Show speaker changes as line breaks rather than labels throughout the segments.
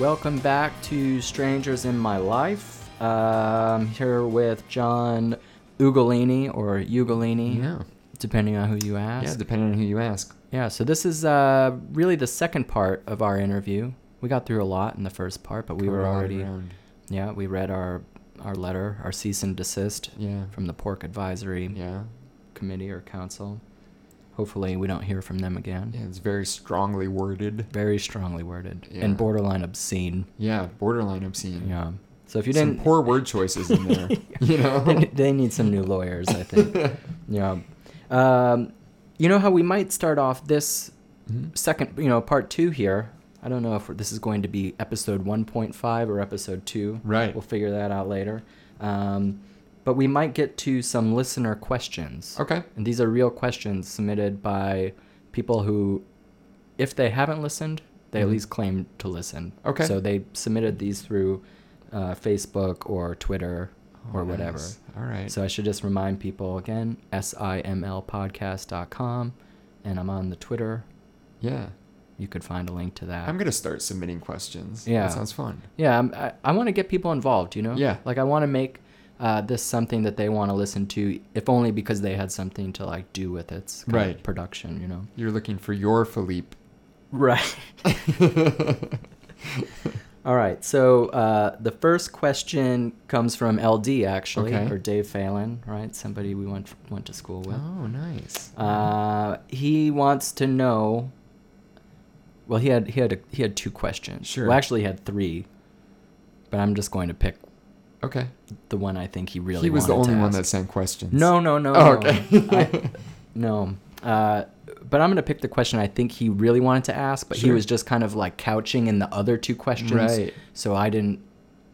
Welcome back to Strangers in My Life. Um, here with John Ugolini or Ugolini,
Yeah.
depending on who you
Yeah,
ask.
depending on who you ask.
Yeah, so this is uh, really the second part of our interview. We got through a lot in the first part, but we
Covered
were
a lot of
already
ground.
yeah we read our our letter, our cease and desist
Yeah.
from the Pork Advisory
Yeah.
Committee or Council. Hopefully, we don't hear from them again.
Yeah, it's very strongly worded.
Very strongly worded
Yeah.
and borderline obscene.
Yeah, borderline obscene.
Yeah. So if you
Some
didn't
poor word choices in there, you know?
they, ne- they need some new lawyers, I think. yeah. Um, you know how we might start off this
Mhm.
second, you know, part two here. I don't know if this is going to be episode 1.5 or episode two.
Right.
We'll figure that out later. Um, but we might get to some listener questions.
Okay.
And these are real questions submitted by people who, if they haven't listened, they at
Mhm.
least claim to listen.
Okay.
So they submitted these through uh, Facebook or Twitter or
Oh,
whatever.
nice. All right.
So I should just remind people again, simlpodcast.com, and I'm on the Twitter.
yeah.
You could find a link to that.
I'm going to start submitting questions.
Yeah.
That sounds fun.
yeah, I'm, I, I want to get people involved, you know?
Yeah.
Like, I want to make uh, this something that they want to listen to, if only because they had something to, like, do with its kind of
Right.
production, you know?
You're looking for your Philippe.
Right. All right. So uh, the first question comes from LD actually,
Okay.
or Dave Phelan, right? Somebody we went went to school with.
oh, nice.
Uh, he wants to know. Well, he had he had a, he had two questions.
Sure.
Well, actually, he had three, but I'm just going to pick
okay.
the one I think he really.
he was the
wanted to
only one
ask.
that sent questions.
No, no, no.
Oh,
no.
okay.
I- no. Uh, but I'm going to pick the question I think he really wanted to ask, but he
Sure.
was just kind of like couching in the other two questions.
Right.
So I didn't,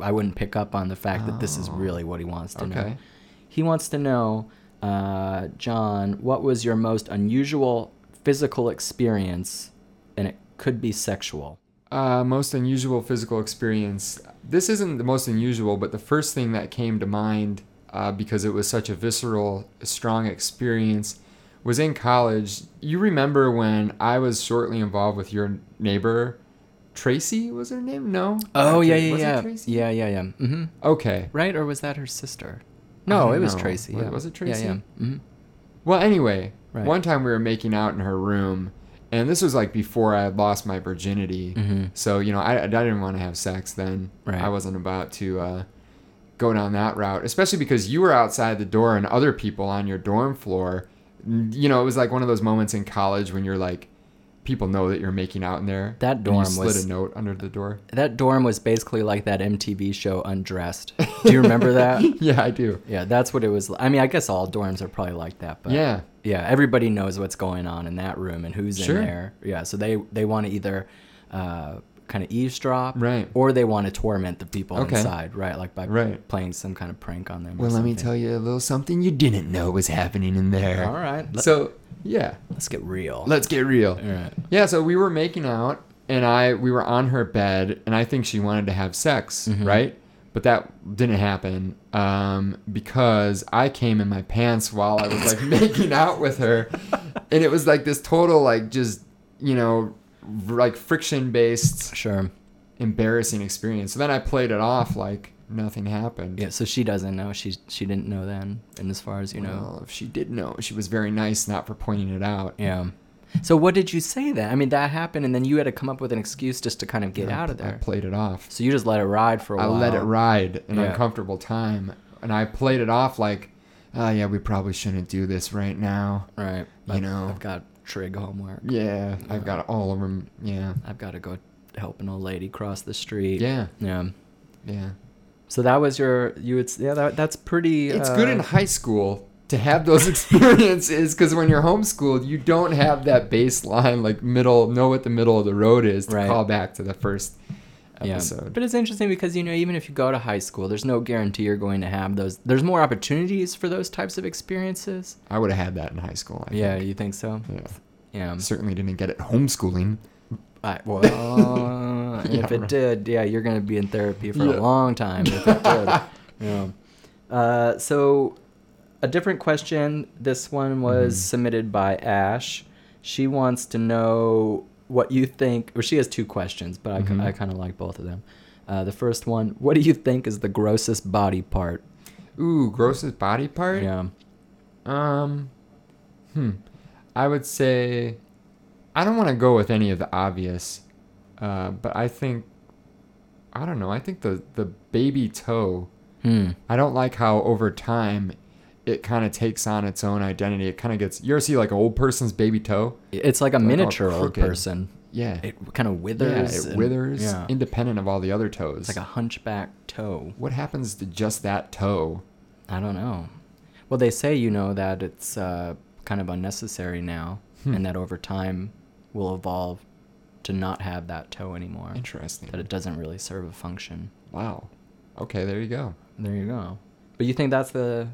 I wouldn't pick up on the fact that this is
Oh.
really what he wants to know.
Okay.
He wants to know, uh, John, what was your most unusual physical experience? And it could be sexual.
Uh, most unusual physical experience. This isn't the most unusual, but the first thing that came to mind uh, because it was such a visceral, strong experience was in college. You remember when I was shortly involved with your neighbor, Tracy was her name? No.
Oh,
Not
yeah,
Tra-
yeah,
was it
yeah.
Tracy?
Yeah, yeah, yeah. hmm
Okay.
Right? Or was that her sister?
I
No,
don't
it was
know.
Tracy.
Was-
yeah.
was it Tracy?
Yeah, yeah. hmm
Well, anyway,
Right.
one time we were making out in her room, and this was like before I had lost my virginity.
Mhm.
So you know, I, I didn't want to have sex then.
Right.
I wasn't about to uh, go down that route, especially because you were outside the door and other people on your dorm floor. n- You know, it was like one of those moments in college when you're like, people know that you're making out in there.
That
and
dorm
you slid
was-
a note under the door.
That dorm was basically like that MTV show Undressed. Do you remember that?
yeah, I do.
Yeah, that's what it was. li- I mean, I guess all dorms are probably like that, but
Yeah.
yeah, everybody knows what's going on in that room and who's
Sure.
in there. Yeah, so they they want to either uh, kind of eavesdrop,
Right.
or they want to torment the people
Okay.
inside, right? Like by
Right.
playing some kind of prank on them.
Well, let me tell you a little something you didn't know was happening in there.
All right. Let-
So, yeah.
Let's get real.
Let's get real.
all right.
Yeah, so we were making out and I we were on her bed and I think she wanted to have sex,
Mm-hmm.
right? But that didn't happen um, because I came in my pants while I was like making out with her. And it was like this total like just, you know, r- like friction based
Sure.
embarrassing experience. So then I played it off like nothing happened.
Yeah. So she doesn't know. She she didn't know then, and as far as you know,
Well, if she did know, she was very nice not for pointing it out.
Yeah. So what did you say then? I mean, that happened, and then you had to come up with an excuse just to kind of get out of
I
there.
played it off.
So you just let it ride for a
I
while.
let it ride an
Yeah.
uncomfortable time, and I played it off like, "Oh yeah, we probably shouldn't do this right now."
Right.
You
I've-
know.
I've got trig homework.
Yeah, I've got all of them. Yeah,
I've got to go help an old lady cross the street.
yeah,
Yeah.
yeah.
So that was your you would s- yeah that, that's pretty.
It's good
uh,
in high school to have those experiences because when you're homeschooled, you don't have that baseline like middle know what the middle of the road is to
Right.
call back to the first
yeah.
episode.
But it's interesting because you know even if you go to high school, there's no guarantee you're going to have those. There's more opportunities for those types of experiences.
I would have had that in high school. I
Yeah,
think.
you Um, think so?
yeah.
Yeah.
Certainly didn't get it homeschooling.
I, well, and
Yeah,
if it
right.
did, yeah, you're going to be in therapy for a
Yeah.
long time. If it did. yeah. uh, so, a different
Mm-hmm.
question. This one was submitted by Ash. She wants to know what you think. Well, she has two questions, but I,
Mhm.
I kind of like both of them. Uh, the first one: What do you think is the grossest body part?
Ooh, grossest body part?
Yeah.
Um, hmm. I would say I don't want to go with any of the obvious, uh, but I think I don't know. I think the the baby toe.
Hmm.
I don't like how over time it kind of takes on its own identity. It kind of gets. You ever see like an old person's baby toe?
It's like a
all
miniature old
crooked.
person.
Yeah.
It kind of
yeah,
withers.
it
and-
withers,
Yeah.
independent of all the other toes.
It's like a hunchback toe.
what happens to just that toe?
I don't know. Well, they say you know that it's uh, kind of unnecessary now,
Hmm.
and that over time will evolve to not have that toe anymore.
Interesting.
That it doesn't really serve a function.
Wow. Okay, there you go.
There you go. But you think that's the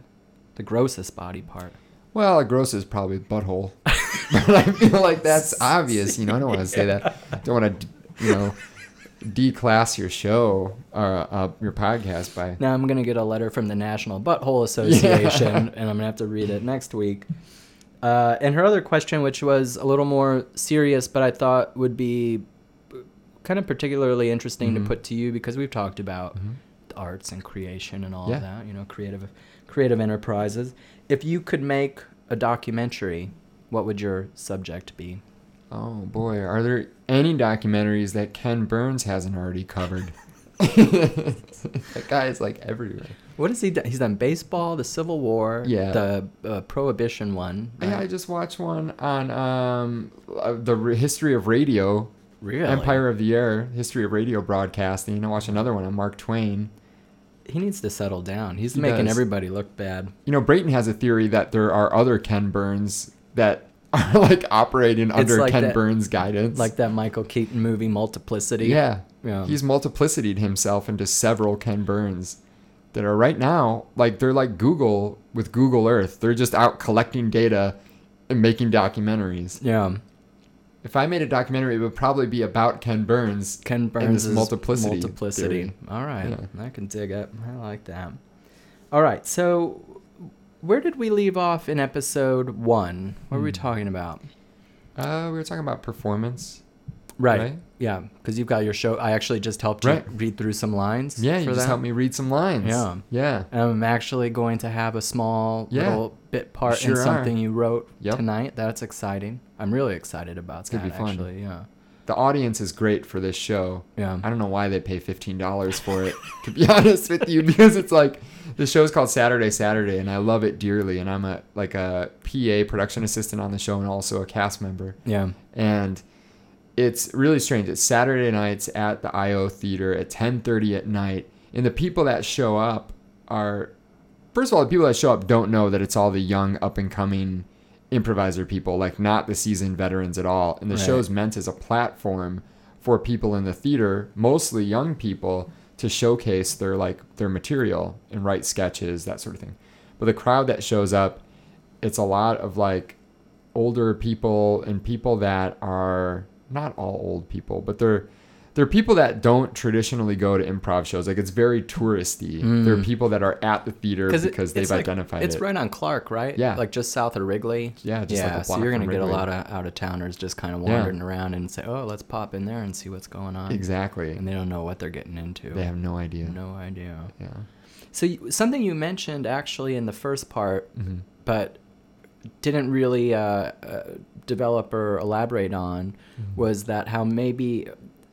the grossest body part?
Well, gross is probably butthole, but I feel like that's obvious. You know, I don't want to say that. Don't want to, you know, declass your show or uh, your podcast by.
Now I'm gonna get a letter from the National Butthole Association, and I'm gonna have to read it next week. Uh, and her other question, which was a little more serious, but I thought would be kind of particularly interesting
Mhm.
to put to you because we've talked about
Mhm.
the arts and creation and all
Yeah.
of that, you know, creative creative enterprises. If you could make a documentary, what would your subject be?
Oh boy, are there any documentaries that Ken Burns hasn't already covered? that guy is like everywhere.
What has he done? He's done baseball, the Civil War,
Yeah.
the uh, Prohibition one.
Yeah, I
right?
just watched one on um, uh, the r- history of radio,
really.
Empire of the Air, history of radio broadcasting. And I watched another one on Mark Twain.
He needs to settle down. He's
He
making
does.
everybody look bad.
You know, Brayton has a theory that there are other Ken Burns that are like operating under
like
Ken
that-
Burns' guidance.
Like that Michael Keaton movie Multiplicity.
yeah.
Yeah.
He's multiplicityed himself into several Ken Burns that are right now like they're like Google with Google Earth. They're just out collecting data and making documentaries.
Yeah.
If I made a documentary, it would probably be about Ken Burns.
Ken
this
Burns'
multiplicity
multiplicity.
theory.
All right.
Yeah.
I can dig it. I like that. All right. So where did we leave off in episode one? What were we
Hmm.
talking about?
Uh, we were talking about performance.
Right.
Right.
Yeah. Because you've got your show. I actually just helped you
Right.
read through some lines.
Yeah, you
for
just
that.
helped me read some lines.
Yeah.
Yeah.
And I'm actually going to have a small
Yeah.
little bit part
sure
in
are.
something you wrote
Yep.
tonight. That's exciting. I'm really excited about
gonna
that.
be fun.
Actually, yeah,
The audience is great for this show.
yeah.
I don't know why they pay fifteen dollars for it. to be honest with you, because it's like the show's called Saturday Saturday, and I love it dearly. And I'm a like a PA production assistant on the show, and also a cast member.
yeah.
And it's really strange. It's Saturday nights at the IO Theater at ten thirty at night, and the people that show up are first of all the people that show up don't know that it's all the young up and coming improviser people like not the seasoned veterans at all and the
Right.
show's meant as a platform for people in the theater mostly young people to showcase their like their material and write sketches that sort of thing but the crowd that shows up it's a lot of like older people and people that are not all old people but they're they're people that don't traditionally go to improv shows like it's very touristy
Mm.
they're people that are at the theater because
it-
they've
it's like-
identified
It's
it.
right on Clark, right?
Yeah.
Like just south of Wrigley.
Yeah, just like a
so
block
you're
from
gonna get
Wrigley.
a lot of out of towners just kind of
Yeah.
wandering around and say, "Oh, let's pop in there and see what's going on."
Exactly.
And they don't know what they're getting into.
they have no idea.
no idea.
Yeah.
So you, something you mentioned actually in the first part,
Mhm.
but didn't really uh, uh, develop or elaborate on, was that how maybe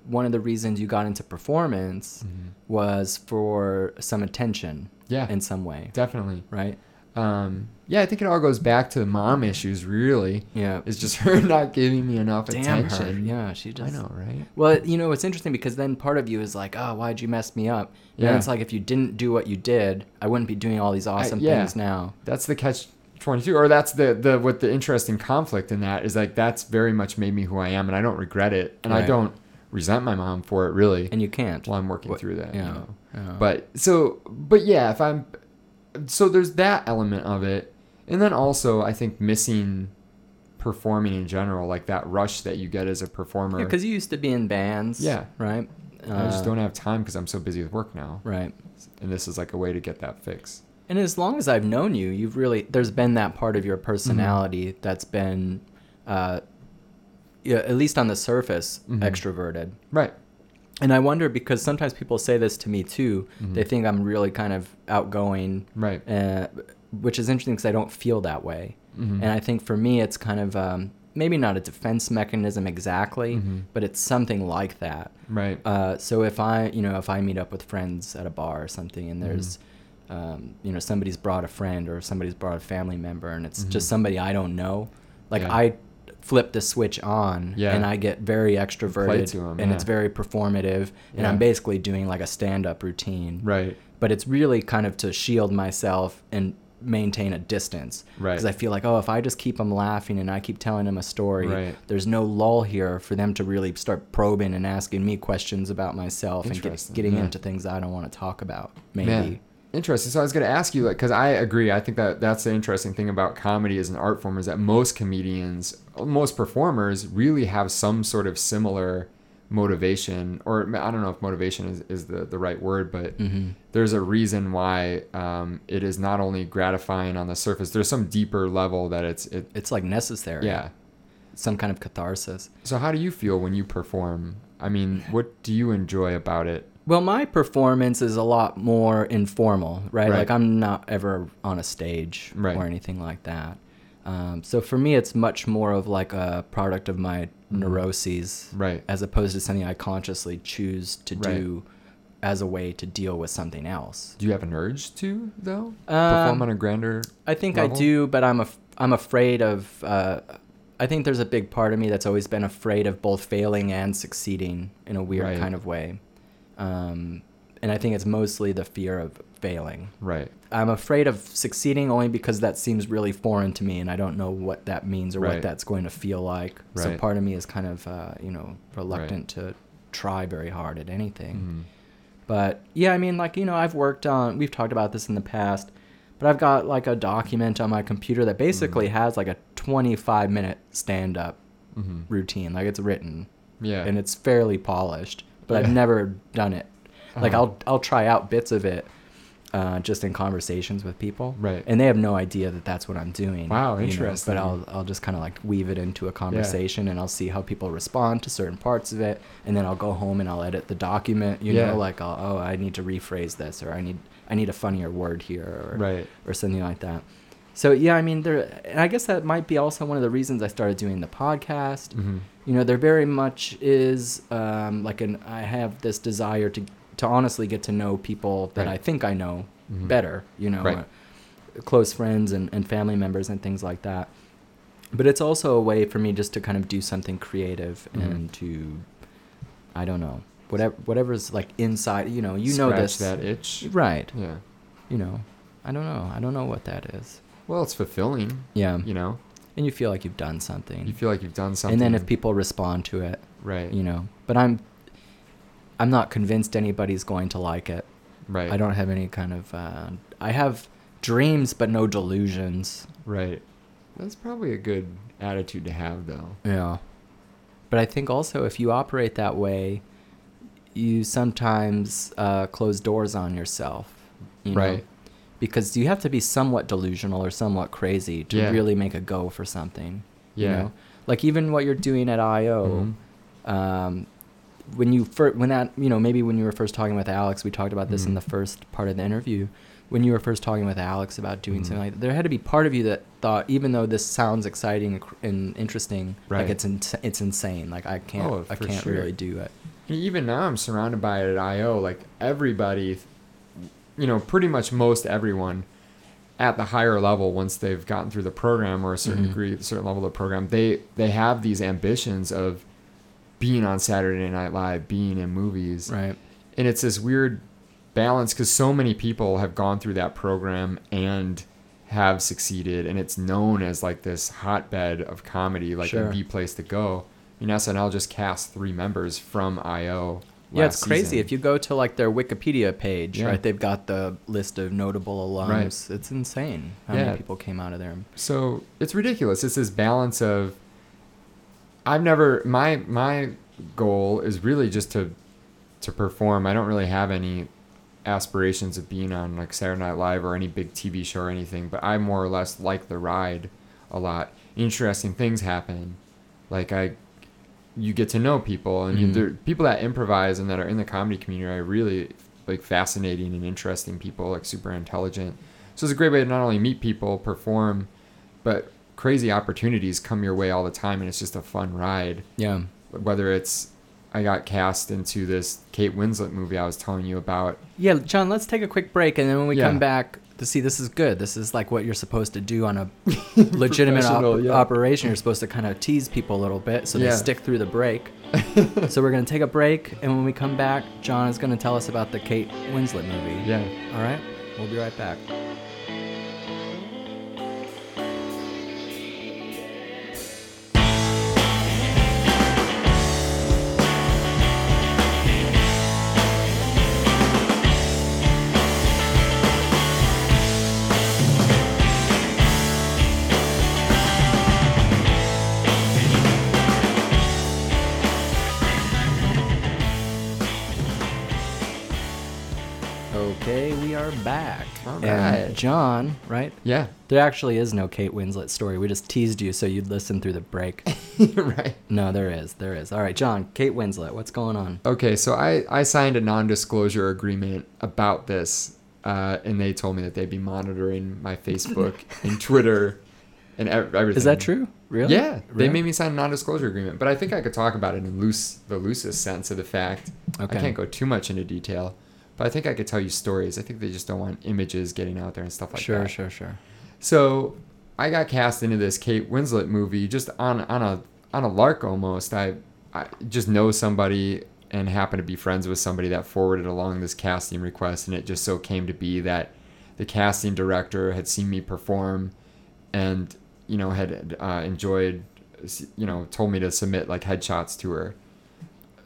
one of the reasons you got into performance was for some attention
Mm-hmm. Yeah.
in some way,
Definitely.
right?
Um, yeah, I think it all goes back to the mom issues. Really,
Yeah.
it's just her not giving me enough
Damn her.
attention.
Yeah, she
I
just.
know, right?
Well, you know, it's interesting because then part of you is like, oh, why'd you mess me up? And
Yeah.
it's like, if you didn't do what you did, I wouldn't be doing all these awesome
yeah.
things now.
That's the catch twenty two, or that's the the what the interesting conflict in that is like that's very much made me who I am, and I don't regret it, and I
Right.
don't resent my mom for it really.
And you can't.
Well, I'm working
What-
through that.
yeah,
You know.
yeah.
But so, but yeah, if I'm, so there's that element of it, and then also I think missing performing in general, like that rush that you get as a performer.
Because you used to be in bands.
Yeah.
Right?
I just
Uh,
don't have time because I'm so busy with work now,
Right.
and this is like a way to get that fix.
And as long as I've known you, you've really there's been that part of your personality that's been uh, yeah, at least on the surface, extroverted.
Right.
And I wonder because sometimes people say this to me too. They think I'm really kind of outgoing,
Right.
uh, which is interesting because I don't feel that way.
Mhm.
And I think for me, it's kind of um, maybe not a defense mechanism exactly,
Mhm.
but it's something like that.
Right.
Uh, so if I, you know, if I meet up with friends at a bar or something, and there's,
Mm-hmm.
um, you know, somebody's brought a friend or somebody's brought a family member, and it's just somebody I don't know, like
Mm-hmm. Yeah.
I flip the switch on,
Yeah.
and I get very extroverted,
to 'em,
and it's
yeah.
very performative, and
Yeah.
I'm basically doing like a stand-up routine,
right.
but it's really kind of to shield myself and maintain a distance
Right.
i feel like oh if i just keep them laughing and i keep telling them a story
Right.
there's no lull here for them to really start probing and asking me questions about myself and get,
Interesting,
getting
yeah.
into things i don't want to talk about maybe
Man, interesting. So I was going to ask you, like, because I agree. I think that that's the interesting thing about comedy as an art form is that most comedians, most performers, really have some sort of similar motivation, or I don't know if motivation is, is the the right word, but
Mm. Mm-hmm.
there's a reason why um, it is not only gratifying on the surface. There's some deeper level that it's it.
it's like necessary
Yeah.
some kind of catharsis
So how do you feel when you perform? I mean, what do you enjoy about it?
Well, my performance is a lot more informal, right?
Right.
Like I'm not ever on a stage
Right.
or anything like that. Um, so for me, it's much more of like a product of my
Mm-hmm.
neuroses,
Right.
as opposed to something I consciously choose to
Right.
do as a way to deal with something else.
Do you have an urge to though
Um,
perform on a grander?
I think I
level?
do, but I'm a I'm afraid of. Uh, I think there's a big part of me that's always been afraid of both failing and succeeding in a weird
Right.
kind of way, um, and I think it's mostly the fear of failing.
Right.
I'm afraid of succeeding only because that seems really foreign to me, and I don't know what that means or what
Right.
that's going to feel like. So
Right.
part of me is kind of uh, you know reluctant to try very hard at anything.
Mm-hmm.
But yeah, I mean, like, you know, I've worked on, we've talked about this in the past, but I've got like a document on my computer that
Mm.
basically has like a 25 minute stand up
Mm-hmm.
routine. Like, it's written
Yeah.
and it's fairly polished, but I've
Yeah.
never done it. Like,
Uh-huh.
I'll, I'll try out bits of it. Uh, just in conversations with people,
Right.
And they have no idea that that's what I'm doing.
Wow,
you know,
interesting.
But I'll I'll just kind of like weave it into a conversation, and I'll see how people respond to certain parts of it, and then I'll go home and I'll edit the document. You
Yeah.
know, like I'll, oh, I need to rephrase this, or I need I need a funnier word here, or
Right.
or something like that. So yeah, I mean, there, and I guess that might be also one of the reasons I started doing the podcast.
Mhm.
You know, there very much is um, like an I have this desire to to honestly get to know people that
Right.
I think I know better. You know,
Mm-hmm. Right.
uh, close friends and, and family members and things like that. But it's also a way for me just to kind of do something creative
Mhm.
and to, I don't know, whatever whatever's like inside. You know, you know
Scratch
this,
that itch.
right?
Yeah.
You know, I don't know. I don't know what that is.
Well, it's fulfilling.
Yeah.
You know,
And you feel like you've done something.
you feel like you've done something.
and then if people respond to it,
right,
you know. But I'm I'm not convinced anybody's going to like it.
right,
I don't have any kind of uh, I have dreams but no delusions.
right. That's probably a good attitude to have, though.
Yeah. But I think also if you operate that way, you sometimes uh, close doors on yourself. You know?
Right.
Because you have to be somewhat delusional or somewhat crazy to
Yeah.
really make a go for something. You
Yeah.
know? Like even what you're doing at I.O.,
Mhm.
um, when you first, when that, you know, maybe when you were first talking with Alex, we talked about this in
Mhm.
the first part of the interview. When you were first talking with Alex about doing
Mhm.
something like that, there had to be part of you that thought, even though this sounds exciting and cr- and interesting, like
Right.
it's in, it's insane. Like I can't,
Oh,
I
for
can't
sure.
really do it.
And E, even now, I'm surrounded by it at I/O. Like everybody, you know, pretty much most everyone at the higher level, once they've gotten through the program or a certain
Mhm.
degree, a certain level of the program, they they have these ambitions of being on Saturday Night Live, being in movies,
Right.
and it's this weird balance because so many people have gone through that program and have succeeded and it's known as like this hotbed of comedy like
Sure.
the place to go and snl just cast three members from io
yeah, it's crazy. If you go to like their Wikipedia page,
Yeah.
right, they've got the list of notable alums. It's insane how
Yeah.
many people came out of there.
so it's ridiculous it's this balance of i've never my my goal is really just to to perform i don't really have any aspirations of being on like saturday night live or any big tv show or anything but i more or less like the ride a lot interesting things happen like i you get to know people and you, there, people that improvise and that are in the comedy community are really like fascinating and interesting people like super intelligent so it's a great way to not only meet people perform but crazy opportunities come your way all the time and it's just a fun ride
Yeah.
whether it's i got cast into this kate winslet movie i was telling you about
Yeah, John, let's take a quick break and then when we
Yeah.
come back to see this is good. This is like what you're supposed to do on a legitimate op-
Professional, yeah.
operation. You're supposed to kind of tease people a little bit so they
Yeah.
stick through the break. so we're going to take a break and when we come back, John is going to tell us about the Kate Winslet movie.
yeah
All right. We'll be right back. Okay, we are back.
All
And
right.
John, right?
yeah
There actually is no Kate Winslet story. We just teased you so you'd listen through the break.
right
no, there is. There is. All right, John, Kate Winslet, what's going on?
Okay, so I, I signed a non disclosure agreement about this, uh, and they told me that they'd be monitoring my Facebook and Twitter and ev- everything.
Is that true? Really?
Yeah, they
Really?
made me sign a non disclosure agreement, but I think I could talk about it in loose the loosest sense of the fact.
Okay.
I can't go too much into detail, but I think I could tell you stories. I think they just don't want images getting out there and stuff like
sure,
that.
sure, sure.
So I got cast into this Kate Winslet movie just on on a on a lark almost. I I just know somebody and happen to be friends with somebody that forwarded along this casting request, and it just so came to be that the casting director had seen me perform, and you know had uh, enjoyed, you know, told me to submit like headshots to her.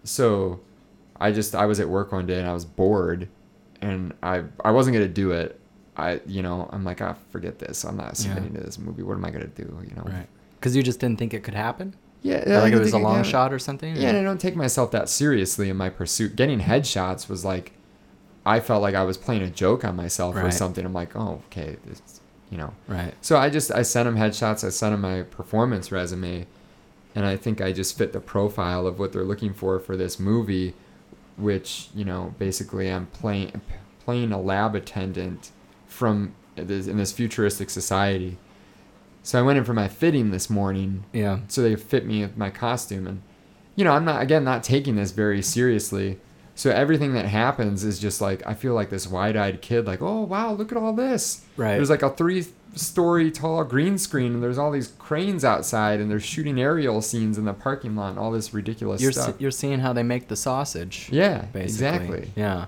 So I just I was at work one day and I was bored and I I wasn't gonna do it. I you know, I'm like, ah, forget this. I'm not
Yeah.
submitting to this movie. What am I gonna do? You know?
Right. Because you just didn't think it could happen? Or
Yeah, I
like it
didn't
was
think
a
could
long
happen.
shot or something?
Yeah, and I
or-
don't take myself that seriously in my pursuit. Getting headshots was like I felt like I was playing a joke on myself or
Right.
something. I'm like, oh, okay, this, you know.
Right.
So I just I sent him headshots. I sent him my performance resume, and I think I just fit the profile of what they're looking for for this movie, which you know basically I'm playing playing a lab attendant from this, in this futuristic society. So I went in for my fitting this morning.
Yeah.
So they fit me with my costume, and you know I'm not again not taking this very seriously. So everything that happens is just like I feel like this wide-eyed kid, like, oh wow, look at all this.
Right.
There's like a three-story tall green screen, and there's all these cranes outside, and they're shooting aerial scenes in the parking lot, and all this ridiculous
You're, se-
stuff.
you're seeing how they make the sausage.
yeah,
Basically.
exactly,
Yeah.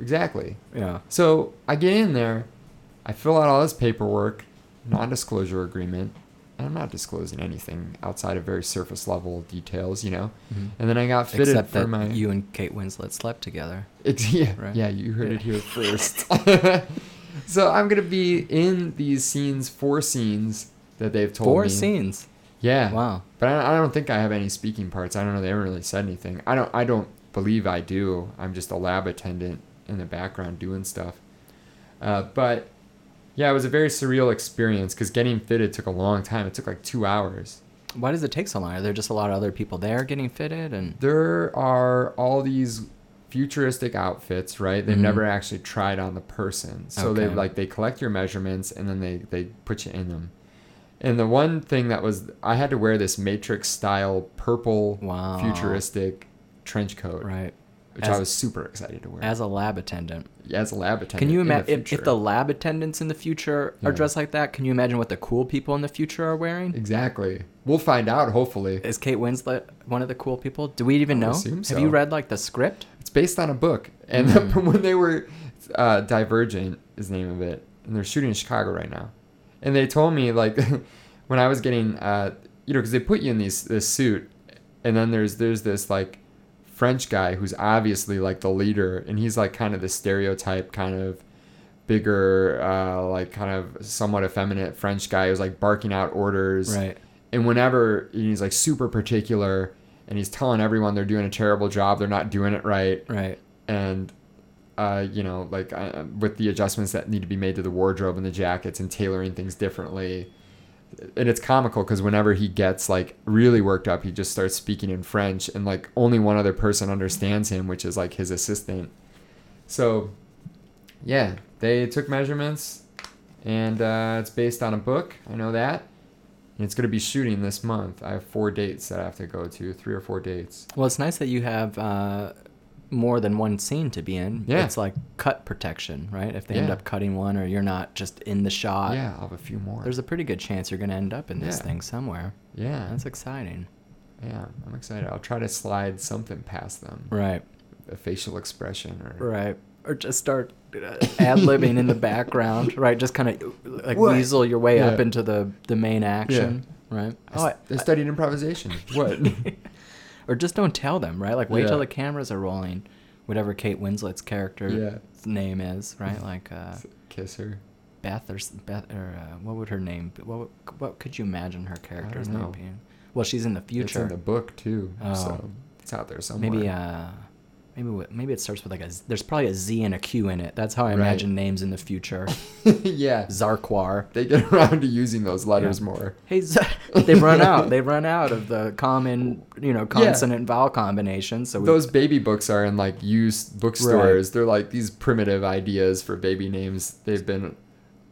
exactly.
Yeah.
So I get in there, I fill out all this paperwork, non-disclosure agreement, and I'm not disclosing anything outside of very surface level details, you know. And then I got Mm-hmm. fitted
Mm-hmm. Except
for
that
my
you and Kate Winslet slept together.
It's, yeah,
Right?
yeah, you heard
Yeah.
it here first. so I'm gonna be in these scenes, four scenes that they've told
Four
me.
scenes.
Yeah.
Wow.
But I, I don't think I have any speaking parts. I don't know. They haven't really said anything. I don't. I don't believe I do. I'm just a lab attendant in the background doing stuff. Uh, but yeah, it was a very surreal experience because getting fitted took a long time. It took like two hours.
Why does it take so long? Are there just a lot of other people there getting fitted? And
There are all these futuristic outfits, right? They've
Mhm.
never actually tried on the person. So they
Okay.
like they collect your measurements and then they they put you in them. And the one thing that was I had to wear this matrix style purple
Wow.
futuristic trench coat,
right.
which
As-
I was super excited to wear
As a lab attendant.
as a lab attendant.
Can you
in the
imagine if, if
future.
the lab attendants in the future are
Yeah.
dressed like that? Can you imagine what the cool people in the future are wearing?
Exactly. We'll find out hopefully.
Is Kate Winslet one of the cool people? Do we even
I
know?
would assume
Have you
so.
read like the script?
It's based on a book, and when they were uh, Divergent is the name of it, and they're shooting in Chicago right now, and they told me like when I was getting uh, you know because they put you in these this suit, and then there's there's this like French guy who's obviously like the leader, and he's like kind of the stereotype kind of bigger uh, like kind of somewhat effeminate French guy who's like barking out orders, and whenever and he's like super particular and he's telling everyone they're doing a terrible job they're not doing it right
right,
and uh, you know like uh, with the adjustments that need to be made to the wardrobe and the jackets and tailoring things differently and it's comical because whenever he gets like really worked up, he just starts speaking in French, and like only one other person understands him, which is like his assistant. So, yeah, they took measurements, and uh, it's based on a book. I know that. And it's going to be shooting this month. I have four dates that I have to go to, three or four dates.
Well, it's nice that you have uh, more than one scene to be in.
Yeah.
It's like cut protection, right? If they end
Yeah.
up cutting one or you're not just in the shot,
yeah, I'll have a few more.
there's a pretty good chance you're going to end up in this
Yeah.
thing somewhere.
yeah,
That's exciting.
yeah. I'm excited. I'll try to slide something past them,
Right.
a facial expression or
Right. Or just start uh, ad libbing in the background, right? Just kind of like
What?
weasel your way up
Yeah.
into the, the main action, right? Oh,
I, s- I studied improvisation. What?
Uh, or just don't tell them, right? Like wait
Yeah.
till the cameras are rolling, whatever Kate Winslet's character's
Yeah.
name is, right? Like uh,
Kiss her.
Beth or s- Beth or uh, what would her name? be- What would- what could you imagine her character's name
know.
being? Well, she's in the
It's in
future.
the book too.
Oh.
So it's out there somewhere.
maybe uh, maybe what- maybe it starts with like a. Z- There's probably a Z and a Q in it. That's how I
Right.
imagine names in the future.
yeah.
Zarquar.
They get around to using those letters
Yeah.
more.
Hey, Z- they've run out. They've run out of the common, you know, consonant vowel combination. So we,
Those baby books are in like used bookstores. They're like these primitive ideas for baby names. They've been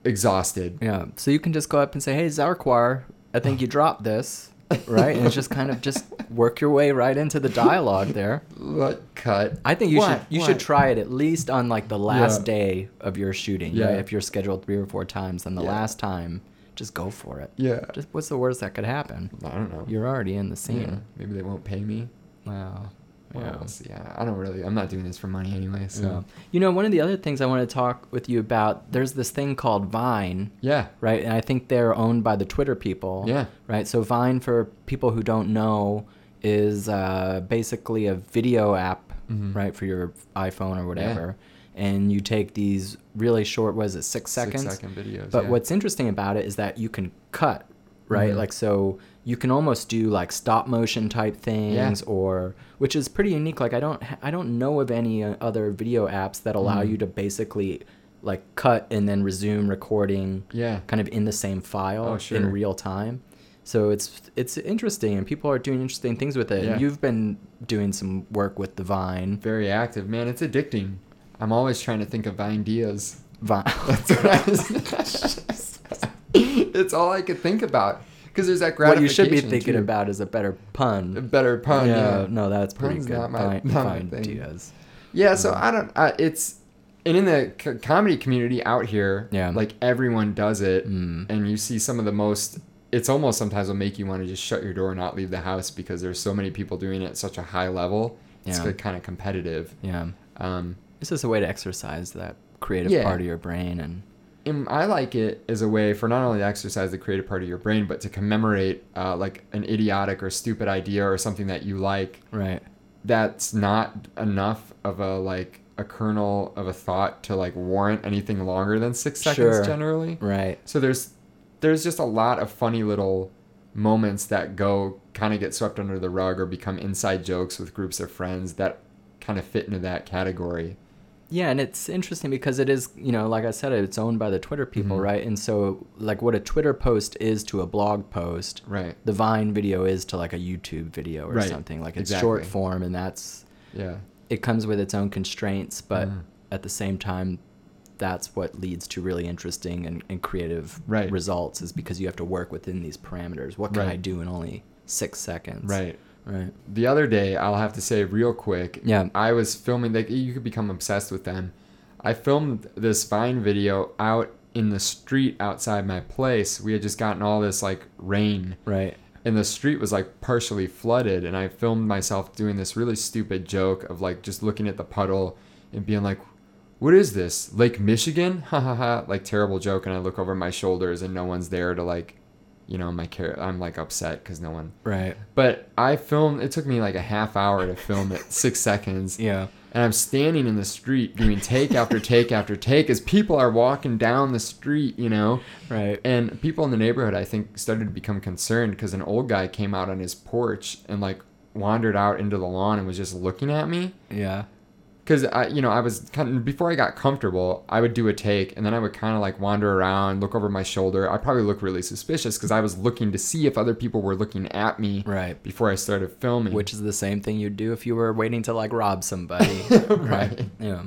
exhausted.
Yeah. So you can just go up and say, "Hey, Zarquar, I think you dropped this," right? And it's just kind of just work your way right into the dialogue there.
What cut?
I think you should
What?
you should
What?
try it at least on like the last
Yeah.
day of your shooting.
Yeah.
Right? If you're scheduled three or four times, then the
Yeah.
last time, just go for it.
Yeah.
Just what's the worst that could happen?
I don't know.
You're already in the scene.
Yeah. Maybe they won't pay me.
Wow.
Well, we'll see. I- I don't really. I'm not doing this for money anyway.
So,
So
you know, one of the other things I want to talk with you about, there's this thing called Vine,
yeah.
right? And I think they're owned by the Twitter people.
Yeah.
Right. So Vine, for people who don't know, is uh, basically a video app,
Mhm.
right, for your iPhone or whatever. And you take these really short, what is it, six seconds?
Six second videos.
But
yeah.
what's interesting about it is that you can cut, right?
Mhm.
Like so you can almost do like stop motion type things or which is pretty unique. Like I don't ha- I don't know of any uh, other video apps that allow
Mhm.
you to basically like cut and then resume recording
Yeah.
kind of in the same file
Oh, sure.
in real time. So it's it's interesting and people are doing interesting things with it.
Yeah.
And you've been doing some work with the Vine.
very active, man. It's addicting. I'm always trying to think of ideas.
Vine.
That's what I was. it's all I could think about because there's that
what
gratification.
you should be thinking
too.
about is a better
a
pun.
better pun. Yeah.
yeah, no, that's pretty
Pun's
good.
not my-
Fine-
not my
fine
thing.
Diaz.
Yeah, so I don't. I, it's and in the c- comedy community out here,
Yeah.
like everyone does it,
Mm.
and you see some of the most. It's almost sometimes will make you want to just shut your door and not leave the house because there's so many people doing it at such a high level. It's
Yeah.
kind of competitive.
Yeah,
Um,
it's just a way to exercise that creative
Yeah.
part of your brain, and
and I like it as a way for not only to exercise the creative part of your brain, but to commemorate uh, like an idiotic or stupid idea or something that you like.
right,
that's not enough of a like a kernel of a thought to like warrant anything longer than six seconds
Sure.
generally.
right,
So there's there's just a lot of funny little moments that go kind of get swept under the rug or become inside jokes with groups of friends that kind of fit into that category.
yeah. And it's interesting because it is, you know, like I said, it's owned by the Twitter people,
Mhm.
right? And so, like, what a Twitter post is to a blog post,
Right.
the Vine video is to like a YouTube video or
Right.
something. Like, it's
Exactly.
short form, and that's
Yeah.
it comes with its own constraints, but
Mhm.
at the same time, that's what leads to really interesting and, and creative
Right.
results is because you have to work within these parameters. What can I
Right.
do in only six seconds?
Right.
Right.
the other day i'll have to say real quick
Yeah.
i was filming like you could become obsessed with them i filmed this vine video out in the street outside my place we had just gotten all this like rain
Right.
and the street was like partially flooded and i filmed myself doing this really stupid joke of like just looking at the puddle and being like what is this lake michigan ha ha ha like terrible joke and i look over my shoulders and no one's there to like you know my care i'm like upset because no one
Right.
but I filmed. It took me like a half hour to film it, six seconds.
Yeah.
And I'm standing in the street doing take after take after take as people are walking down the street, you know.
Right.
And people in the neighborhood, I think, started to become concerned because an old guy came out on his porch and like wandered out into the lawn and was just looking at me.
yeah.
because I, you know, I was kind of before I got comfortable, I would do a take, and then I would kind of like wander around, look over my shoulder. I probably look really suspicious because I was looking to see if other people were looking at me
Right.
before I started filming.
Which is the same thing you'd do if you were waiting to like rob somebody.
Right.
Yeah.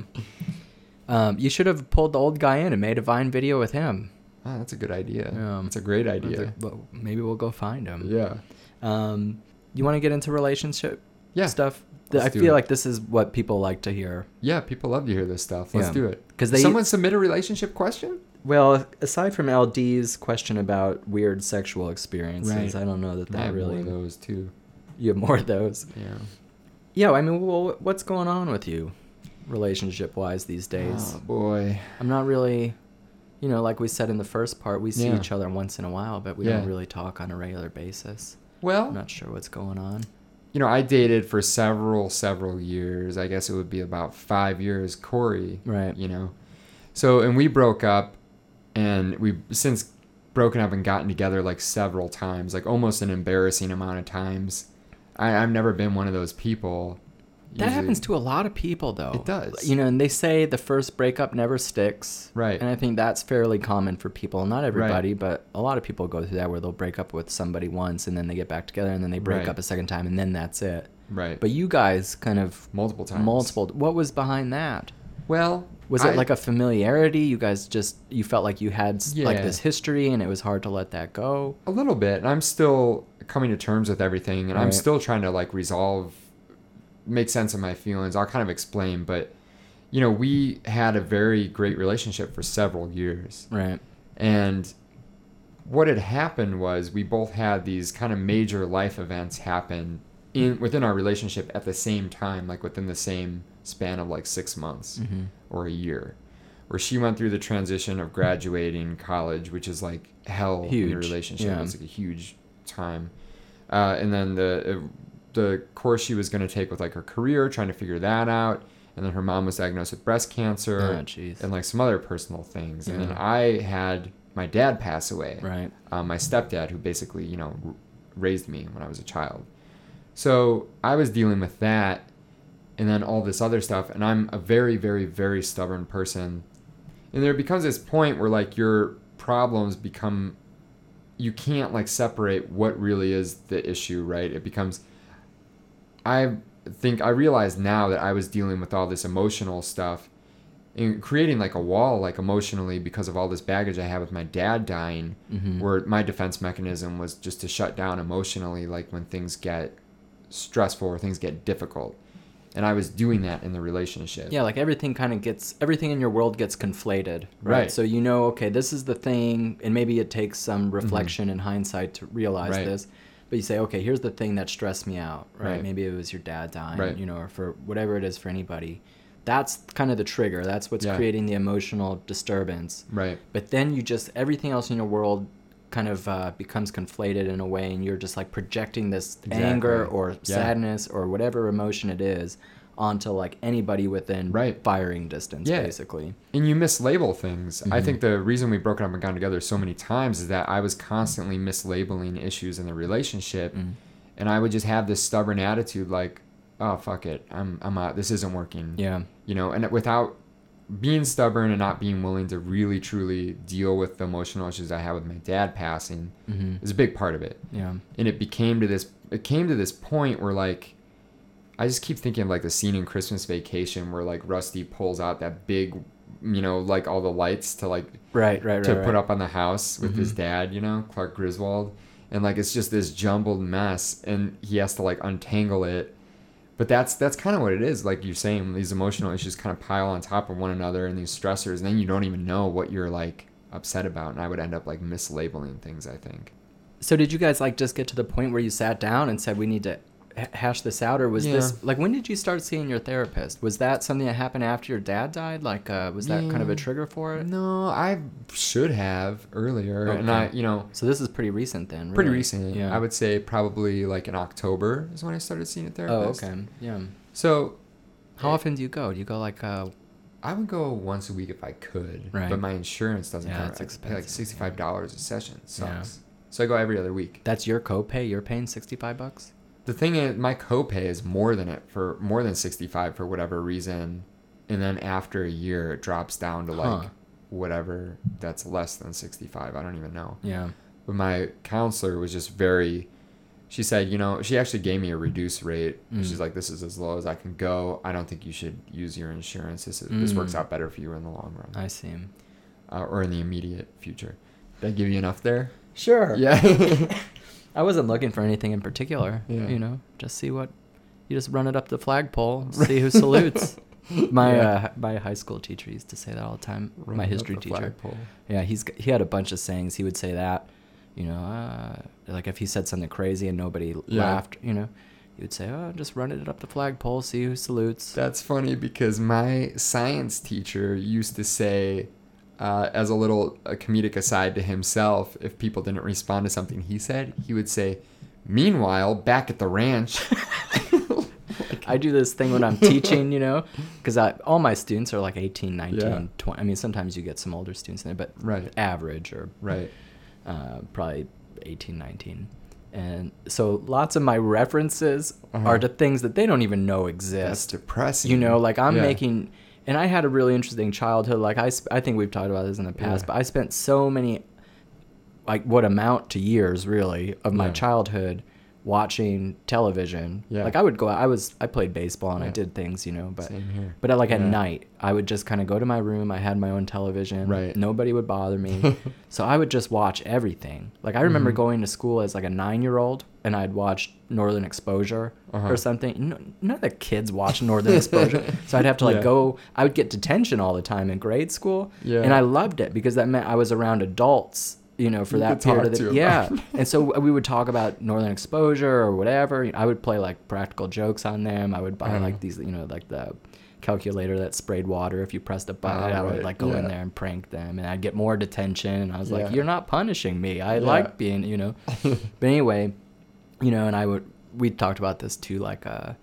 Um, you should have pulled the old guy in and made a Vine video with him.
Ah, that's a good idea.
Yeah.
That's a great
I was
idea.
like, "Well, maybe we'll go find him.
yeah.
Um, you want to get into relationship
Yeah.
stuff? Th-
Let's
I
do
feel
it.
like this is what people like to hear.
Yeah. People love to hear this stuff. Let's
Yeah.
do it.
'Cause they-
someone submit a relationship question.
Well, aside from LD's question about weird sexual experiences,
Right.
I don't know that
I
that
have
really.
more of those too.
You have more of those.
Yeah.
Yeah, I mean, well, wh- what's going on with you, relationship wise, these days?
Oh boy.
I'm not really, you know, like we said in the first part, we see
Yeah.
each other once in a while, but we don't
Yeah.
really talk on a regular basis.
Well,
I'm not sure what's going on.
you know, I dated for several, several years. I guess it would be about five years, Corey.
Right.
You know, so and we broke up, and we've since broken up and gotten together like several times, like almost an embarrassing amount of times. I, I've never been one of those people.
That
Usually-
happens to a lot of people, though.
It does.
You know, and they say the first breakup never sticks.
Right.
And I think that's fairly common for people. Not everybody, but a lot of people go through that where they'll break up with somebody once and then they get back together and then they break
Right.
up a second time and then that's it.
Right.
But you guys kind of
multiple times.
multiple. What was behind that?
Well,
Was it
I-
like a familiarity? You guys just, you felt like you had s like
Yeah.
this history and it was hard to let that go?
a little bit and i'm still coming to terms with everything and i'm
Right.
still trying to like resolve make sense of my feelings i'll kind of explain but you know we had a very great relationship for several years
Right.
and what had happened was we both had these kind of major life events happen in within our relationship at the same time, like within the same span of like six months
Mhm.
or a year. Where she went through the transition of graduating college, which is like hell in
Huge,
a relationship.
yeah.
It's like a huge time. Uh, and then the the course she was going to take with like her career, trying to figure that out. And then her mom was diagnosed with breast cancer
Oh, jeez.
and like some other personal things. And then
Yeah.
I had my dad pass away.
Right.
Uh, my stepdad, who basically, you know, r- raised me when I was a child. So I was dealing with that and then all this other stuff. And I'm a very, very, very stubborn person. And there becomes this point where like your problems become, you can't like separate what really is the issue, right? It becomes, I think I realize now that I was dealing with all this emotional stuff and creating like a wall, like emotionally, because of all this baggage I had with my dad dying,
Mhm.
where my defense mechanism was just to shut down emotionally, like when things get stressful or things get difficult. And I was doing that in the relationship.
Yeah, like everything kind of gets everything in your world gets conflated, right?
Right.
So you know, okay, this is the thing, and maybe it takes some reflection and hindsight to realize
Mm-hmm. Right.
this. But you say, okay, here's the thing that stressed me out, right?
Right.
Maybe it was your dad dying,
Right.
you know, or for whatever it is for anybody. That's kind of the trigger. That's what's
Yeah.
creating the emotional disturbance.
Right.
But then you just everything else in your world kind of uh, becomes conflated in a way, and you're just like projecting this anger
Exactly.
or
Yeah.
sadness or whatever emotion it is onto like anybody within
Right.
firing distance,
Yeah.
basically.
and you mislabel things.
Mm-hmm.
I think the reason we've broken up and gone together so many times is that I was constantly mislabeling issues in the relationship,
Mm-hmm. Mm.
and I would just have this stubborn attitude like, "Oh fuck it, I'm I'm out. This isn't working."
Yeah,
You know, and without being stubborn and not being willing to really truly deal with the emotional issues I had with my dad passing
Mhm.
is a big part of it
yeah,
and it became to this it came to this point where like i just keep thinking of like the scene in christmas vacation where like rusty pulls out that big you know like all the lights to like
right, right, right.
to put
right. Mm-hmm.
up on the house with his dad you know clark griswold and like it's just this jumbled mess and he has to like untangle it but that's that's kind of what it is like you're saying these emotional issues kind of pile on top of one another and these stressors and then you don't even know what you're like upset about and i would end up like mislabeling things i think
So did you guys like just get to the point where you sat down and said we need to h- hash this out, or was this
Yeah.
like when did you start seeing your therapist? Was that something that happened after your dad died? Like, uh, was that kind of a
Yeah.
trigger for it?
No, I should have earlier, and I,
Okay.
you know,
So this is pretty recent then. Really.
pretty recent.
Yeah.
I would say probably like in October is when I started seeing a
Oh,
therapist.
okay. Yeah.
So
How often do you go? Do you go like uh
I would go once a week if I could,
Right.
but my insurance doesn't
Yeah,
cover.
it's
it. I pay like
expensive,
sixty-five dollars a session.
Yeah.
Sucks. So I go every other week.
that's your copay, you're paying 65 bucks?
the thing is, my copay is more than it for more than sixty five for whatever reason, and then after a year it drops down to like
Huh.
whatever that's less than sixty five. I don't even know.
Yeah.
But my counselor was just very. She said, you know, she actually gave me a reduced rate.
Mm.
She's like, this is as low as I can go. I don't think you should use your insurance. This is, this
Mm.
works out better for you in the long run,
I see.
uh, or in the immediate future. Did I give you enough there?
Sure.
Yeah.
I wasn't looking for anything in particular.
Yeah.
You know, just see what. You just run it up the flagpole, see who salutes. My
Yeah.
uh, hi- my high school teacher used to say that all the time.
Running
my
up
history
the
teacher.
flagpole.
Yeah, he's g- he had a bunch of sayings. He would say that, you know, uh, like if he said something crazy and nobody
Yeah.
laughed, you know, he would say, "Oh, just run it up the flagpole, see who salutes."
That's funny because my science teacher used to say, uh, as a little a comedic aside to himself, if people didn't respond to something he said, he would say, "Meanwhile, back at the ranch."
I do this thing when I'm teaching, you know, because all my students are like 18, 19,
Yeah.
20. I mean, sometimes you get some older students in there, but
Right.
average or
right.
uh, probably 18, 19. And so lots of my references
Uh-huh.
are to things that they don't even know
That's
exist.
depressing.
You know, like I'm
Yeah.
making, and I had a really interesting childhood. Like I, sp- I think we've talked about this in the past,
Yeah.
but I spent so many, like what amount to years really of my
Yeah.
childhood watching television.
Yeah.
Like I would go out, I was, I played baseball and I
Yeah.
did things, you know, but,
Same here.
but at, like at
Yeah.
night, I would just kind of go to my room. I had my own television.
Right.
Nobody would bother me. so I would just watch everything. Like I remember
Mhm.
going to school as like a nine year old and I'd watch Northern Exposure
Uh-huh.
or something. No, none of the kids watch Northern Exposure. So I'd have to like
Yeah.
go, I would get detention all the time in grade school.
Yeah.
And I loved it because that meant I was around adults. You know, for
You
that
could
period
talk
of the
to 'em.
yeah, and so we would talk about Northern Exposure or whatever. I would play like practical jokes on them. I would buy
Uh-huh.
like these, you know, like the calculator that sprayed water. If you pressed a button,
Ah,
I would
right,
like go in
yeah.
there and prank them, and I'd get more detention. And I was like,
Yeah.
"You're not punishing me. I
Yeah.
like being, you know." but anyway, you know, and I would we talked about this too, like uh,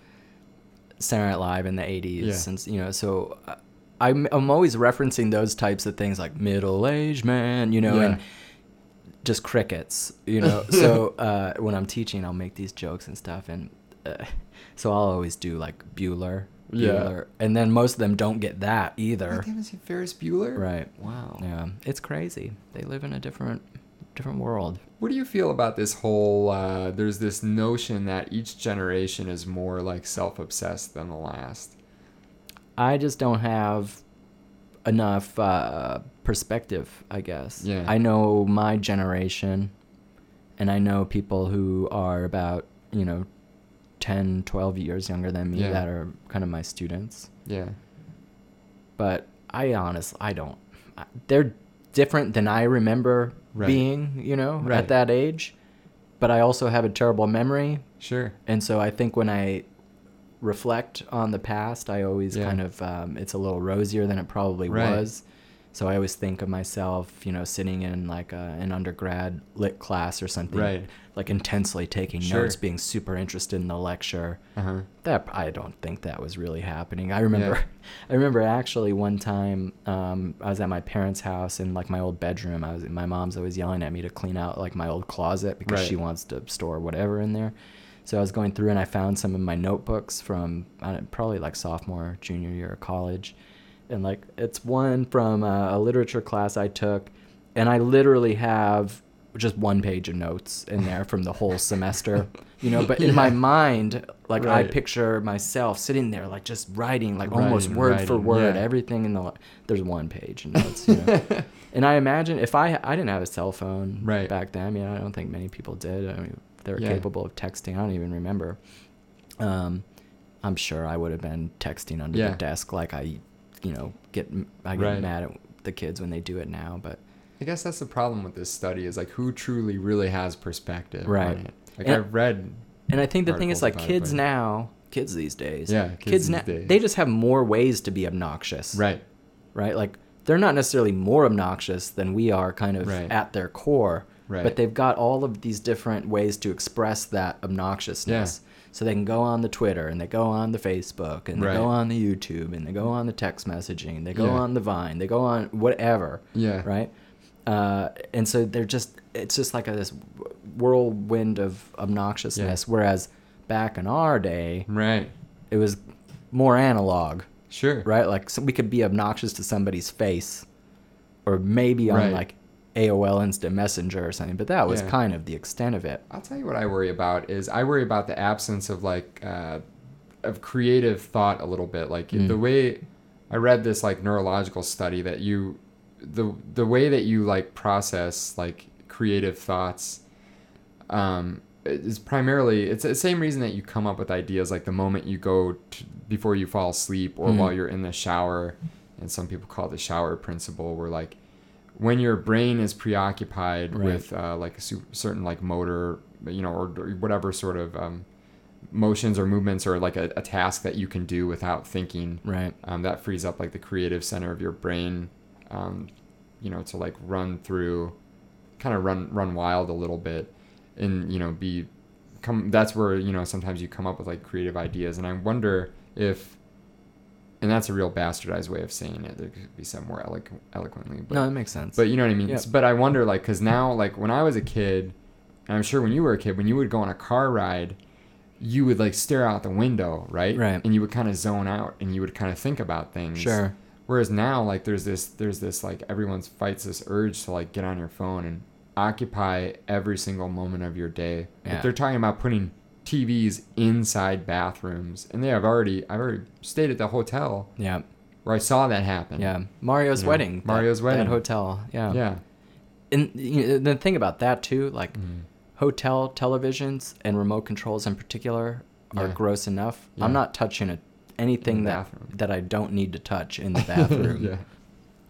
Saturday Night Live in the '80s,
Yeah.
since you know, so. uh, I'm, I'm always referencing those types of things like middle-aged man, you know,
Yeah.
and just crickets, you know. so uh, when I'm teaching, I'll make these jokes and stuff, and uh, so I'll always do like Bueller,
Yeah.
Bueller, and then most of them don't get that
You
either.
haven't seen Ferris Bueller?
Right.
Wow.
Yeah, it's crazy. They live in a different, different world.
What do you feel about this whole? Uh, there's this notion that each generation is more like self-obsessed than the last.
I just don't have enough uh, perspective, I guess.
Yeah.
I know my generation, and I know people who are about, you know, 10, 12 years younger than me
Yeah.
that are kind of my students.
Yeah.
But I honestly, I don't. I- They're different than I remember
Right.
being, you know,
Right.
at that age. But I also have a terrible memory.
Sure.
And so I think when I reflect on the past, I always
Yeah.
kind of um, it's a little rosier than it probably
Right.
was. So I always think of myself, you know, sitting in like a, an undergrad lit class or something,
Right.
like intensely taking
Sure.
notes, being super interested in the lecture.
Uh huh.
That I don't think that was really happening. I remember,
Yeah.
I remember actually one time um, I was at my parents' house in like my old bedroom. I was my mom's always yelling at me to clean out like my old closet because
Right.
she wants to store whatever in there. So I was going through and I found some of my notebooks from I don't, probably like sophomore, junior year of college, and like it's one from a, a literature class I took, and I literally have just one page of notes in there from the whole semester, you know. But in my
Yeah.
mind, like I
Right.
picture myself sitting there, like just writing, like almost
Writing,
word for
writing,
word,
yeah.
everything in the. li- There's one page and notes. You know? and I imagine if I I didn't have a cell phone
Right.
back then. I mean, I don't think many people did. I mean, they're
Yeah.
capable of texting. I don't even remember. Um, I'm sure I would have been texting under
Yeah.
the desk, like I, you know, get m- I get
Right.
mad at the kids when they do it now, but
I guess that's the problem with this study is like who truly really has perspective
Right.
on it. Like
And-
I've read.
And I think the thing is
Articles
like
about it,
kids
but-
now, kids these days,
Yeah,
kids,
kids these
now,
days.
they just have more ways to be obnoxious,
Right.
Right, like they're not necessarily more obnoxious than we are, kind of
Right.
at their core, But
Right.
they've got all of these different ways to express that obnoxiousness.
Yeah.
So they can go on the Twitter and they go on the Facebook and they
Right.
go on the YouTube and they go on the text messaging, they go
Yeah.
on the Vine, they go on whatever
Yeah.
right? Uh, and so they're just it's just like a, this whirlwind of obnoxiousness. Whereas back in our day,
Right.
it was more analog,
Sure.
right? Like so we could be obnoxious to somebody's face, or maybe on
Right.
like AOL Instant Messenger or something. But that was
Yeah.
kind of the extent of it.
I'll tell you what I worry about is I worry about the absence of like uh, of creative thought a little bit. Like the way I read this like neurological study that you the the way that you like process like creative thoughts um, is primarily it's the same reason that you come up with ideas like the moment you go to, before you fall asleep or
Mhm.
while you're in the shower and some people call it the shower principle where like when your brain is preoccupied
Right.
with uh, like a su- certain like motor you know or, or whatever sort of um, motions or movements or like a, a task that you can do without thinking
Right.
um, that frees up like the creative center of your brain um, you know to like run through kind of run run wild a little bit and you know be come that's where you know sometimes you come up with like creative ideas and i wonder if and that's a real bastardized way of saying it there could be some more eloqu- eloquently but
no, that makes sense.
but you know what I mean.
Yeah.
But I wonder, like, because now, like, when I was a kid, and I'm sure when you were a kid, when you would go on a car ride, you would like stare out the window, right?
Right.
And you would kind of zone out, and you would kind of think about things.
sure.
Whereas now, like, there's this, there's this, like, everyone fights this urge to like get on your phone and occupy every single moment of your day. Like,
Yeah.
they're talking about putting TVs inside bathrooms, and they have already, I've already stayed at the hotel
Yeah.
where I saw that happen.
Yeah. Mario's
Yeah.
wedding. that-
Mario's wedding.
That hotel. Yeah.
Yeah. Mm-hmm.
And you know, the thing about that too, like hotel televisions and remote controls in particular are
Yeah.
gross enough.
Yeah.
I'm not touching it, anything
In the
that
bathroom.
that I don't need to touch in the bathroom.
yeah.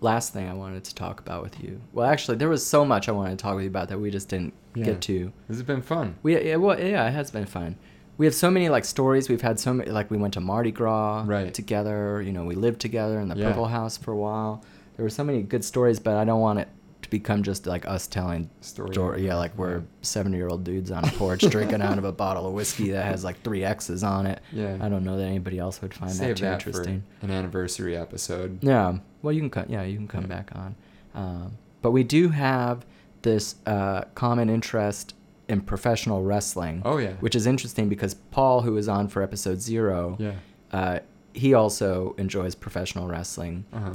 Last thing I wanted to talk about with you. Well, actually, there was so much I wanted to talk with you about that we just didn't
Yeah.
get to.
This has been fun.
We yeah, well yeah, it has been fun. We have so many like stories. We've had so many like we went to Mardi Gras
Right.
together. You know, we lived together in the
Yeah.
Purple House for a while. There were so many good stories, but I don't want it to become just like us telling
Story.
story. Yeah, like we're
Yeah.
seventy year old dudes on a porch drinking out of a bottle of whiskey that has like three X's on it.
Yeah.
I don't know that anybody else would find
Save
that too
that
interesting.
for an anniversary episode.
Yeah. Well, you can come. Yeah, you can come
Yeah.
back on. Um, but we do have this uh, common interest in professional wrestling.
Oh, yeah.
Which is interesting because Paul, who was on for episode zero,
Yeah.
uh, he also enjoys professional wrestling,
Uh huh.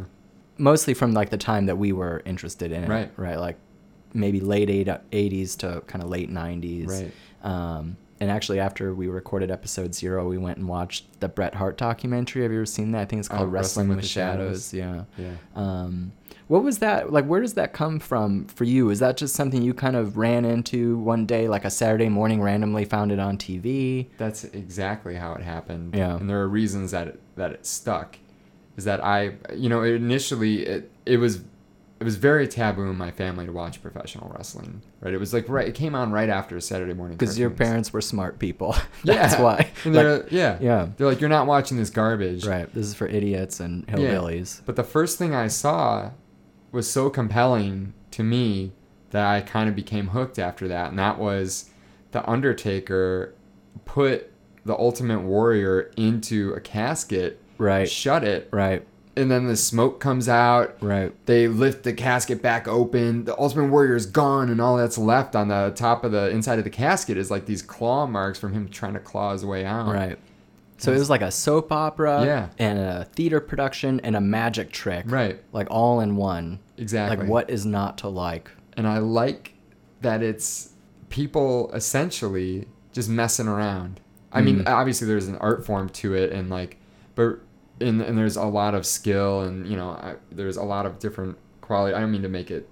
mostly from like the time that we were interested in it.
Right.
Right. Like maybe late eight- 80s to kind of late 90s.
Right.
Um, and actually, after we recorded episode zero, we went and watched the Bret Hart documentary. Have you ever seen that? I think it's
Oh,
called Wrestling, with, the Shadows. Yeah.
Yeah.
Um, what was that like? Where does that come from for you? Is that just something you kind of ran into one day, like a Saturday morning, randomly found it on TV?
That's exactly how it happened.
Yeah.
And there are reasons that it, that it stuck. Is that I, you know, initially it it was it was very taboo in my family to watch professional wrestling. Right. It was like right. It came on right after Saturday morning.
Because your
cartoons.
parents were smart people.
Yeah.
That's why.
And
Like,
they're, yeah.
yeah.
They're like, you're not watching this garbage.
Right. This is for idiots and
Yeah.
hillbillies.
But the first thing I saw was so compelling to me that I kind of became hooked after that. And that was The Undertaker put the Ultimate Warrior into a casket,
Right.
shut it,
Right.
and then the smoke comes out.
Right.
They lift the casket back open. The Ultimate Warrior is gone, and all that's left on the top of the inside of the casket is like these claw marks from him trying to claw his way out.
Right. So it was like a soap opera
Oh. Yeah.
and a theater production and a magic trick.
Right.
Like all in one.
Exactly.
Like what is not to like?
and I like that it's people essentially just messing around. I mean,
Mm.
obviously there's an art form to it, and like, but and and there's a lot of skill, and you know, I, there's a lot of different quality. I don't mean to make it,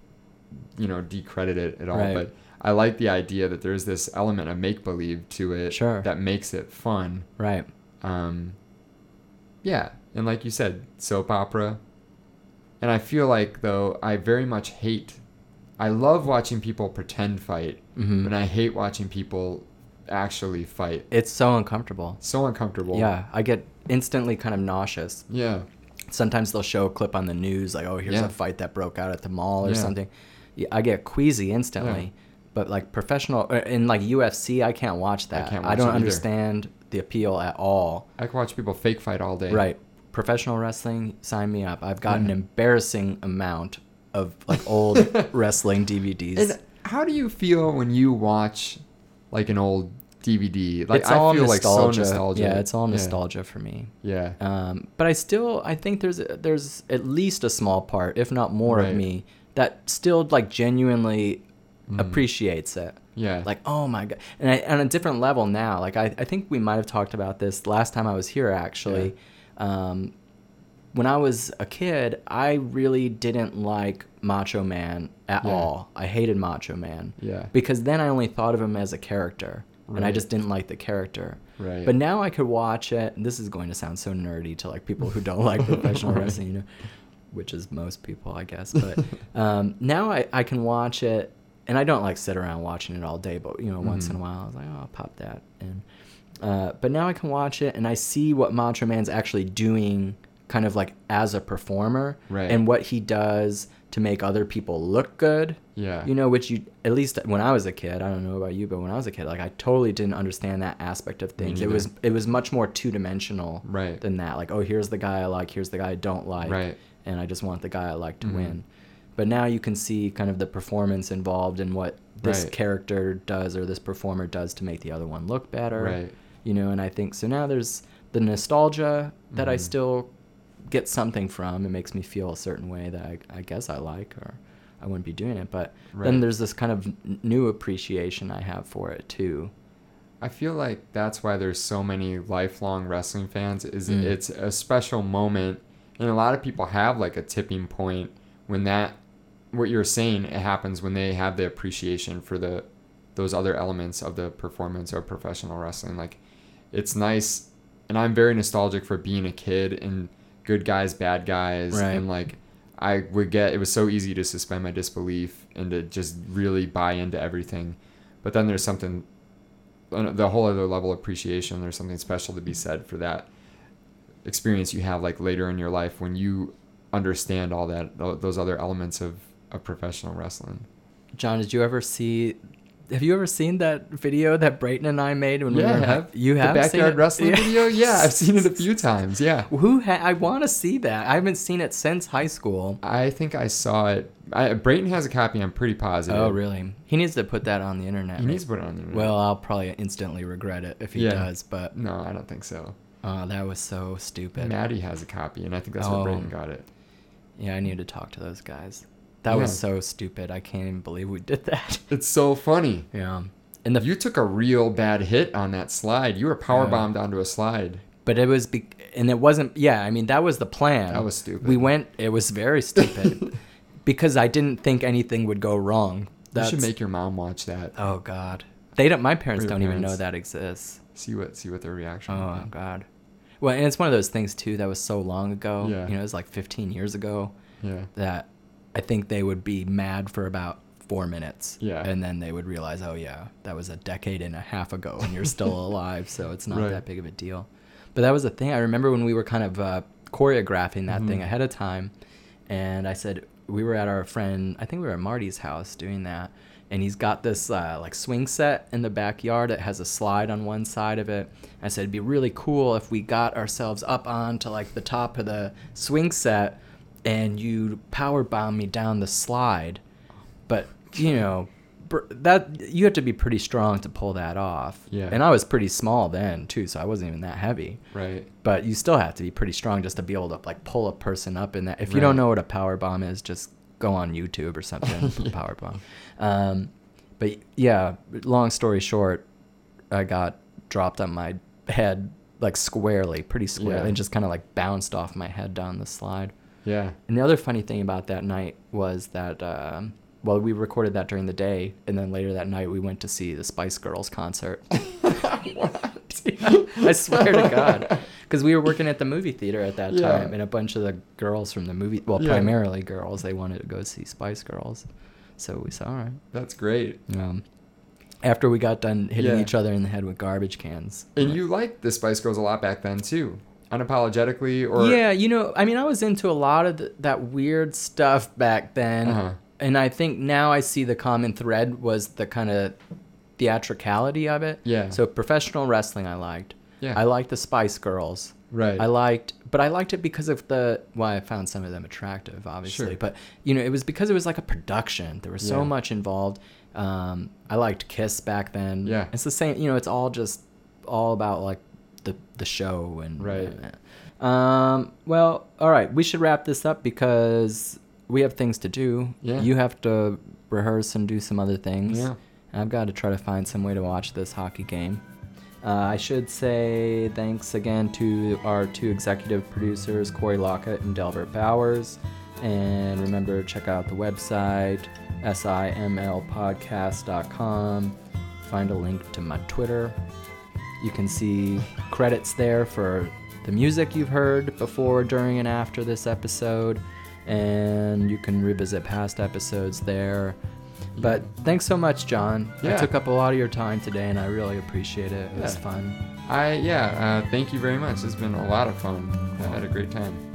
you know, decredit it at all,
Right.
but I like the idea that there's this element of make believe to it
Sure.
that makes it fun.
Right.
Um, yeah, and like you said, soap opera. And I feel like though I very much hate. I love watching people pretend fight,
Mhm.
and I hate watching people actually fight.
It's so uncomfortable.
So uncomfortable.
Yeah, I get instantly kind of nauseous.
Yeah.
Sometimes they'll show a clip on the news, like, oh, here's
Yeah.
a fight that broke out at the mall or
Yeah.
something. Yeah, I get queasy instantly.
Yeah.
But like professional, or in like UFC, I can't watch that. I,
can't watch it
don't
either.
understand the appeal at all.
I could watch people fake fight all day.
Right. Professional wrestling, sign me up. I've got an
Yeah.
embarrassing amount of like old wrestling DVDs.
And how do you feel when you watch like an old DVD. Like
it's
I
all
feel like
nostalgia.
so nostalgic.
Yeah, it's all nostalgia for me.
Yeah.
Um, but I still I think there's there's at least a small part, if not more,
Right.
of me that still like genuinely appreciates it.
Mm. Yeah.
Like oh my god, and I, on a different level now. Like I, I think we might have talked about this last time I was here actually. Um, when I was a kid, I really didn't like Macho Man at
Yeah.
all. I hated Macho Man
Yeah.
because then I only thought of him as a character, and I
Right.
just didn't like the character.
Right.
But now I could watch it. And this is going to sound so nerdy to like people who don't like professional
Right.
wrestling, you know, which is most people, I guess. But um, now I, I can watch it, and I don't like sit around watching it all day. But you know, once in
Mm-hmm.
a while, I was like, oh, I'll pop that in. Uh, but now I can watch it, and I see what Macho Man's actually doing, kind of like as a performer,
Right.
and what he does to make other people look good.
Yeah.
You know, which you at least when I was a kid, I don't know about you, but when I was a kid, like I totally didn't understand that aspect of things. It
neither.
was it was much more two dimensional
Right.
than that. Like, oh, here's the guy I like, here's the guy I don't like,
Right.
and I just want the guy I like to
Mhm.
win. But now you can see kind of the performance involved and what this
Right.
character does or this performer does to make the other one look better.
Right.
You know, and I think so now there's the nostalgia that I
Mhm.
still get something from. It makes me feel a certain way that I, I guess I like or I wouldn't be doing it. But then
Right.
there's this kind of n- new appreciation I have for it too.
I feel like that's why there's so many lifelong wrestling fans is
Mm.
it's a special moment and a lot of people have like a tipping point when that what you're saying it happens when they have the appreciation for the those other elements of the performance or professional wrestling like it's nice and I'm very nostalgic for being a kid and good guys bad guys
Right.
and like I would get it was so easy to suspend my disbelief and to just really buy into everything but then there's something an- the whole other level of appreciation there's something special to be said for that experience you have like later in your life when you understand all that tho- those other elements of, of professional wrestling
John, did you ever see? Have you ever seen that video that Brayton and I made when we were? in high- You have
the
seen
backyard
it?
wrestling
Yeah.
video yeah i've seen it a few times yeah
Who? Ha- I want to see that. I haven't seen it since high school.
i think i saw it I, brayton has a copy i'm pretty positive
Oh, really? He needs to put that on the internet.
he
right?
needs to put it on the internet.
well, uh, I'll probably instantly regret it if he
Yeah.
does. But
no i don't think so
uh, that was so stupid.
maddie has a copy and i think that's
Oh.
where brayton got it
Yeah, I need to talk to those guys. That
Yeah.
was so stupid. I can't even believe we did that.
it's so funny
yeah. And the
You took a real bad hit on that slide. You were power bombed onto a slide.
But it was, be- and it wasn't. Yeah, I mean that was the plan.
That was stupid.
We went. It was very stupid because I didn't think anything would go wrong. That's,
you should make your mom watch that.
Oh God, they don't. My parents
Your
don't even know
parents.
that exists.
See what see what their reaction.
Oh
would be.
God. Well, and it's one of those things too that was so long ago.
Yeah.
You know, it was like 15 years ago
Yeah.
that I think they would be mad for about four minutes.
Yeah.
And then they would realize, oh yeah, that was a decade and a half ago, and you're still alive, so it's not
Right.
that big of a deal. But that was the thing. I remember when we were kind of uh, choreographing that thing
Mhm.
ahead of time, and I said we were at our friend, I think we were at Marty's house doing that, and he's got this uh, like swing set in the backyard. It has a slide on one side of it. I said it'd be really cool if we got ourselves up onto like the top of the swing set, and you power bomb me down the slide but you know br- that you have to be pretty strong to pull that off
Yeah.
and i was pretty small then too so i wasn't even that heavy
Right.
but you still have to be pretty strong just to be able to like pull a person up in that if you don't
Right.
know what a power bomb is just go on youtube or something for power bomb um, but yeah long story short i got dropped on my head like squarely pretty squarely
Yeah.
and just kind of like bounced off my head down the slide
Yeah.
and the other funny thing about that night was that, um, well, we recorded that during the day, and then later that night we went to see the Spice Girls concert. I swear to God, because we were working at the movie theater at that
Yeah.
time, and a bunch of the girls from the movie, well,
Yeah.
primarily girls, they wanted to go see Spice Girls, so we saw her.
That's great.
Um, after we got done hitting
Yeah.
each other in the head with garbage cans,
And you liked the Spice Girls a lot back then too, unapologetically. Or
yeah, you know, I mean, I was into a lot of th- that weird stuff back then,
Uh-huh.
and I think now I see the common thread was the kind of theatricality of it.
Yeah.
So professional wrestling, I liked.
Yeah.
I liked the Spice Girls.
Right.
I liked, but I liked it because of the why I found some of them attractive, obviously.
Sure.
But you know, it was because it was like a production. There was so
Yeah.
much involved. Um, I liked Kiss back then.
Yeah.
It's the same, you know, it's all just all about like the the show and uh,
Right.
Um, well, all right, we should wrap this up because we have things to do.
Yeah.
You have to rehearse and do some other things.
Yeah.
And I've got to try to find some way to watch this hockey game. Uh, I should say thanks again to our two executive producers, Corey Lockett and Delbert Bowers. And remember, check out the website, simlpodcast.com. Find a link to my Twitter. You can see credits there for the music you've heard before, during, and after this episode. And you can revisit past episodes there. But thanks so much, John. I
Yeah.
took up a lot of your time today, and I really appreciate it. It was
Yeah.
fun.
I yeah. Uh, thank you very much. It's been a lot of fun. I had a great time.